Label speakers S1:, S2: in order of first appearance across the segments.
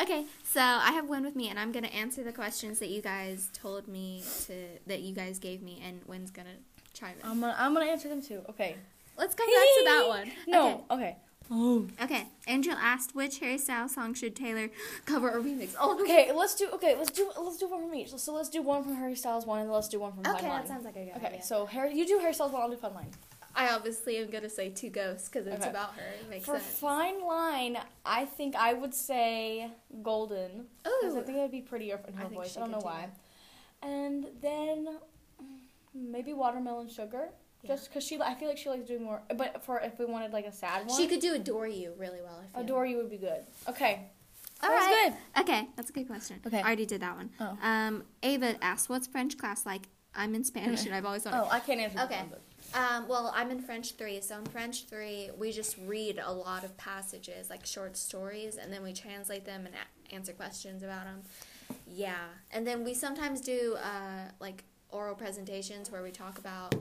S1: Okay, so I have one with me, and I'm gonna answer the questions that you guys told me to that you guys gave me, and Wynn's gonna chime in.
S2: I'm gonna I'm gonna answer them too. Okay.
S1: Let's go back to that one.
S2: No. Okay. Oh.
S1: Okay. okay. Angel asked which Harry Styles song should Taylor cover or remix. Oh,
S2: Okay. Let's do. Okay. Let's do. Let's do one from each. So let's do one from Harry Styles one, and let's do one from.
S1: Oh, okay,
S2: Fine Line.
S1: that sounds like a good
S2: Okay.
S1: idea.
S2: So Harry, you do Harry Styles one. I'll do Fun Line.
S1: I obviously am gonna say two ghosts because it's
S2: Okay.
S1: about her. It makes
S2: For
S1: sense.
S2: Fine Line, I think I would say Golden. Because I
S1: Oh,
S2: think that'd be prettier in
S1: I
S2: her
S1: think
S2: voice.
S1: she
S2: I don't
S1: could
S2: know
S1: do
S2: why. And then mm, maybe watermelon sugar, Just 'cause just because she. I feel like she likes doing more. But for if we wanted like a sad one,
S1: she could do "Adore You" really well. I feel.
S2: adore you would be good. Okay,
S1: All
S2: that's
S1: right. Okay, that's a good question.
S2: Okay.
S1: I already did that one.
S2: Oh.
S1: Um, Ava asked, "What's French class like?" I'm in Spanish, and I've always
S2: good.
S1: wanted.
S2: Oh, I can't answer.
S1: Okay.
S2: Okay. One, but
S1: Um, well, I'm in French three, so in French three, we just read a lot of passages, like short stories, and then we translate them and a- answer questions about them. Yeah, and then we sometimes do uh, like oral presentations where we talk about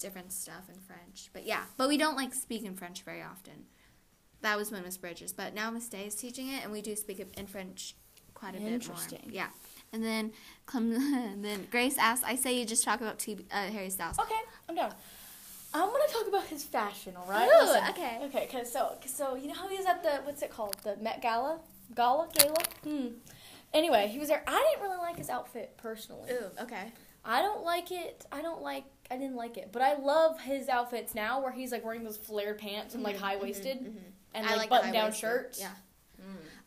S1: different stuff in French. But yeah, but we don't like speak in French very often. That was when Miss Bridges, but now Miss Day is teaching it, and we do speak it in French quite a bit more.
S2: Interesting.
S1: Yeah, and then Clem- and then Grace asked, "I say you just talk about T- uh, Harry Styles."
S2: Okay, I'm down. I'm gonna talk about his fashion, all right?
S1: Ooh,
S2: Listen.
S1: okay.
S2: Okay, cause so, 'cause so you know how he was at the what's it called, the Met Gala, Gala, Gala. Hmm. Anyway, he was there. I didn't really like his outfit personally.
S1: Ooh, okay.
S2: I don't like it. I don't like. I didn't like it, but I love his outfits now, where he's like wearing those flared pants and like high waisted and
S1: Mm-hmm, I like
S2: like, button down
S1: high-waisted,
S2: shirts.
S1: Yeah.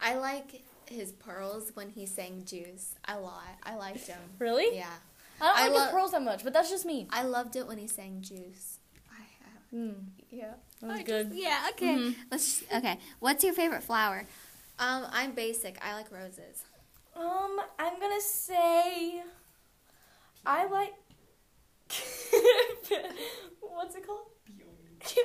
S1: I like his pearls when he sang Juice a lot. I liked him.
S2: Really?
S1: Yeah.
S2: I don't
S1: I
S2: like
S1: love-
S2: his pearls that much, but that's just me. Mm.
S1: I loved it when he sang Juice. I have. Yeah.
S2: That was
S1: I
S2: good. Mm-hmm.
S1: just- yeah, okay. Let's okay. What's your favorite flower? Um, I'm basic. I like roses.
S2: Um, I'm gonna say I like what's it called?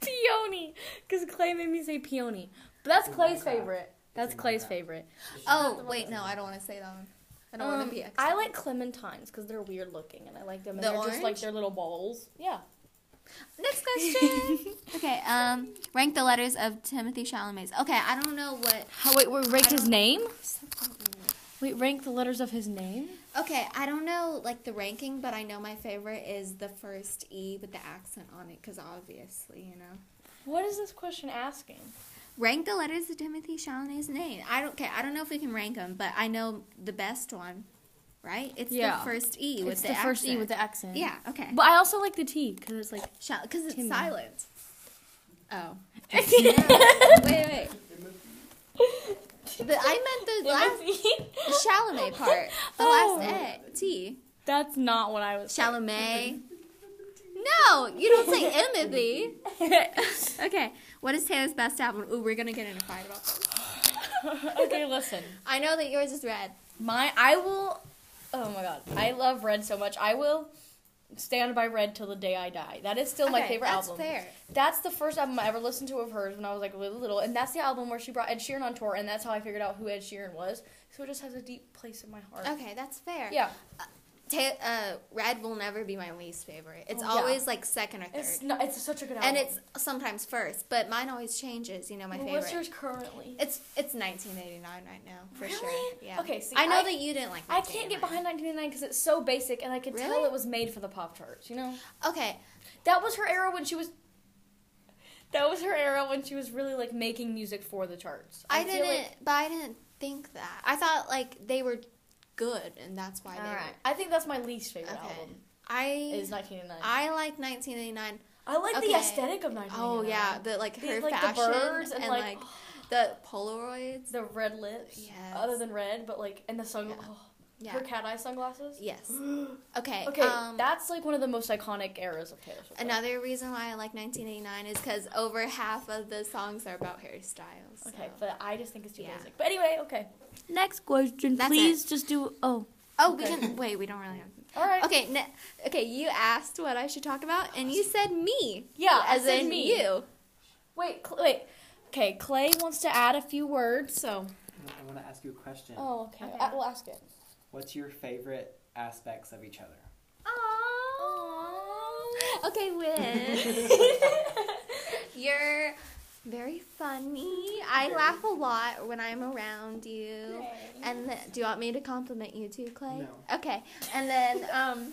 S2: Peony. Because Clay made me say peony, but that's Clay's favorite. That's Clay's favorite.
S1: Oh, wait, no, I don't want to say that one. I don't want
S2: Um,
S1: to be extra.
S2: I like clementines because they're weird looking, and I like them. And
S1: The
S2: they're just like
S1: orange?
S2: their little balls. Yeah.
S1: Next question. okay, um rank the letters of Timothy Chalamet's. Okay, I don't know what
S2: How, wait, wait, rank
S1: I
S2: his
S1: don't-
S2: name? Wait, rank the letters of his name?
S1: Okay, I don't know like the ranking, but I know my favorite is the first E with the accent on it because obviously, you know.
S2: What is this question asking?
S1: Rank the letters of Timothy Chalamet's name. I don't okay, I don't know if we can rank them, but I know the best one, right? It's
S2: Yeah.
S1: the first E with
S2: it's
S1: the,
S2: the, first E with
S1: accent.
S2: the accent.
S1: Yeah, okay.
S2: But I also like the T because it's like.
S1: Because it's
S2: Timmy.
S1: silent. Oh.
S2: wait, wait.
S1: But I meant the last Chalamet part. The
S2: Oh.
S1: last E, T.
S2: That's not what I was.
S1: Chalamet. No, you don't say Timothy.
S2: okay,
S1: Okay, what is Taylor's best album? Ooh, we're gonna get in a fight about this.
S2: listen.
S1: I know that yours is red.
S2: My, I will. Oh my god, I love Red so much. I will stand by Red till the day I die. That is still my
S1: Okay,
S2: favorite
S1: that's
S2: album.
S1: fair.
S2: That's the first album I ever listened to of hers when I was like really little, and that's the album where she brought Ed Sheeran on tour, and that's how I figured out who Ed Sheeran was. So it just has a deep place in my heart.
S1: Okay, that's fair.
S2: Yeah,
S1: Ta- uh, red will never be my least favorite. It's
S2: Oh, yeah.
S1: always like second or third,
S2: it's no, it's such a good album.
S1: and it's sometimes first, but mine always changes. You know my
S2: Well,
S1: favorite.
S2: What's yours currently?
S1: It's it's 1989 right now for sure.
S2: Really?
S1: Yeah.
S2: Okay, see,
S1: I know
S2: I-
S1: that you didn't like.
S2: I can't
S1: 1989.
S2: get behind 1989 because it's so basic, and I could tell
S1: Really?
S2: it was made for the pop charts. You know,
S1: Okay,
S2: that was her era when she was. That was her era when she was really like making music for the charts.
S1: I,
S2: feel
S1: didn't,
S2: Like,
S1: but I didn't think that. I thought like they were good, and that's why
S2: all
S1: they
S2: right, I think that's my least
S1: were.
S2: favorite
S1: Okay.
S2: album
S1: I
S2: is 1989.
S1: I like 1989.
S2: I, like
S1: okay.
S2: the aesthetic of 1989.
S1: Oh yeah, the like
S2: The-
S1: her
S2: like, the
S1: fashion
S2: birds
S1: and,
S2: and,
S1: like,
S2: like,
S1: the Polaroids.
S2: the red lips.
S1: Yes.
S2: Other than red, but like and the sun.
S1: Yeah.
S2: oh,
S1: Yeah.
S2: Her cat eye sunglasses.
S1: Yes. Okay.
S2: Okay,
S1: um,
S2: that's like one of the most iconic eras of Taylor Swift. though.
S1: another reason why I like 1989 is because over half of the songs are about Harry Styles.
S2: Okay,
S1: so-
S2: but I just think it's too
S1: Yeah.
S2: basic. But anyway, okay.
S3: Next question,
S1: That's
S3: please. Just do. Oh,
S1: oh, we
S2: okay.
S1: can wait. We don't really have.
S2: All right.
S1: Okay. Ne- okay. You asked what I should talk about, and you said me.
S2: Yeah, I
S1: As
S2: said
S1: in
S2: me.
S1: you.
S2: Wait, Cl- wait. Okay, Clay wants to add a few words, so.
S4: I want to ask you a question.
S2: Oh, okay.
S1: Okay.
S2: I- we'll ask it.
S4: What's your favorite aspects of each other?
S1: Okay, Win. Your Very funny. I laugh a lot when I'm around you. And the, do you want me to compliment you too, Clay?
S4: No.
S1: Okay. And then um,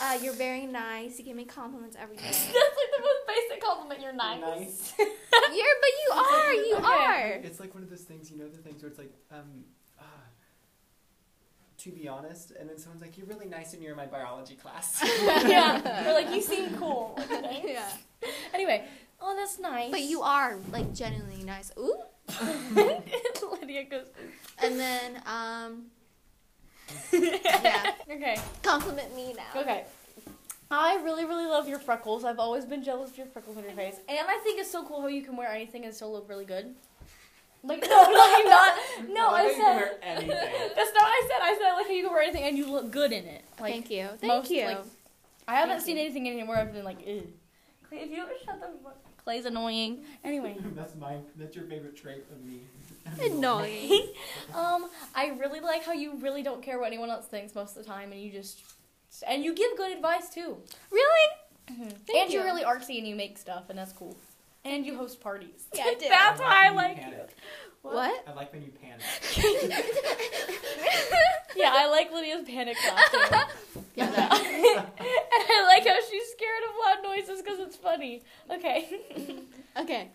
S1: uh, you're very nice. You give me compliments every day.
S2: That's like the most basic compliment. You're nice.
S4: Nice.
S1: you're, but you are. You
S2: Okay.
S1: are.
S4: It's like one of those things, you know, the things where it's like, um, uh, to be honest, and then someone's like, "You're really nice, and you're in my biology class."
S2: yeah. Or like you seem cool. Like, okay.
S1: Yeah.
S2: Anyway, oh that's nice.
S1: But you are like genuinely nice. Ooh.
S2: Lydia goes.
S1: And then um,
S2: yeah. Okay.
S1: compliment me now.
S2: Okay. I really, really love your freckles. I've always been jealous of your freckles on your face. And I think it's so cool how you can wear anything and still look really good. Like, no, no, I'm not. No,
S4: Oh, I
S2: I
S4: think you can wear
S2: said.
S4: anything.
S2: That's not what I said. I said, like, how you can wear anything and you look good in it. Like,
S1: Thank you. Thank
S2: most,
S1: you.
S2: like, I haven't
S1: Thank
S2: seen
S1: you.
S2: anything anywhere I've been like, ew. Clay, if you ever shut the fuck Clay's annoying. Anyway.
S4: that's my. That's your favorite trait of me.
S1: Annoying.
S2: Um, I really like how you really don't care what anyone else thinks most of the time, and you just and you give good advice too. Mm-hmm.
S1: really?
S2: and you.
S1: you.
S2: are really artsy and you make stuff, and that's cool. And you host parties.
S1: Yeah, I do.
S2: that's why I like
S4: when
S2: you.
S4: panic.
S1: What?
S4: I like when you panic.
S2: Yeah, I like Lydia's panic laughter.
S1: Yeah,
S2: and I like how she's scared of loud noises because it's funny. Okay.
S1: Okay.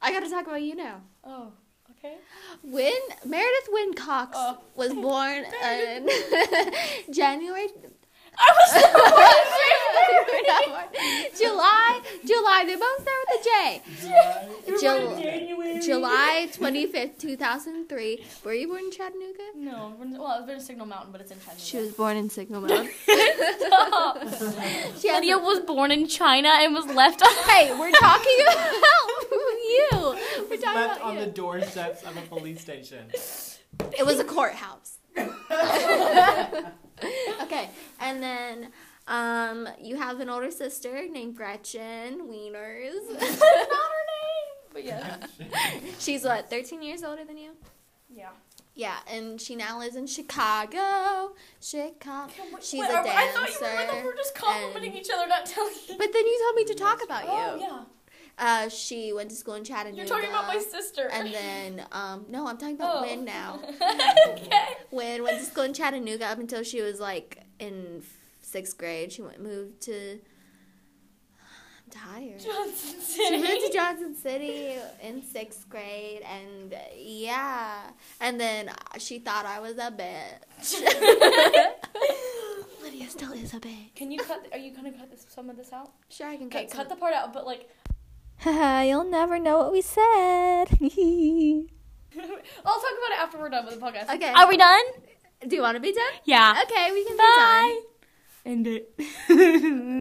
S1: I gotta talk about you now.
S2: oh. Okay.
S1: Win Meredith Wincox
S2: Oh.
S1: was born in January.
S2: I was so
S1: July, July. They both start with a J.
S4: July.
S1: Jul-
S2: January.
S1: July twenty fifth, two thousand three. Were you born in Chattanooga?
S2: No, we're- well, it's been a Signal Mountain, but it's in China.
S1: She was born in Signal Mountain. She has
S2: Lydia
S1: a-
S2: was born in China and was left on.
S1: hey, we're talking about you. We're
S4: It's
S1: talking
S4: left
S1: about
S4: on the
S1: you.
S4: doorsteps of a police station.
S1: It was a courthouse. okay, and then um, you have an older sister named Gretchen Wieners.
S2: But yeah.
S1: She's what, 13 years older than you?
S2: Yeah.
S1: Yeah, and she now lives in Chicago. Chicago. She's a
S2: I thought you were, like,
S1: dancer
S2: we're just complimenting
S1: and-
S2: each other, not telling you.
S1: But then you told me to talk about
S2: Oh,
S1: you.
S2: yeah.
S1: Uh, she went to school in Chattanooga.
S2: You're talking about my sister.
S1: uh, And then, um, no, I'm talking about
S2: Oh.
S1: Win now.
S2: okay.
S1: When went to school in Chattanooga up until she was like in sixth grade. She went moved to. I'm tired.
S2: Johnson
S1: She
S2: City.
S1: moved to Johnson City in sixth grade, and yeah, and then uh, she thought I was a bitch. Lydia still is a bitch.
S2: Can you cut? Are you gonna cut this, some of this out?
S1: Sure, I can
S2: Okay,
S1: cut.
S2: cut the part out. But like,
S3: Haha, you'll never know what we said.
S2: I'll talk about it after we're done with the podcast.
S1: some. okay.
S3: Are we done?
S1: Do you want to be done?
S3: Yeah.
S1: Okay, we can be done.
S3: Bye. End it.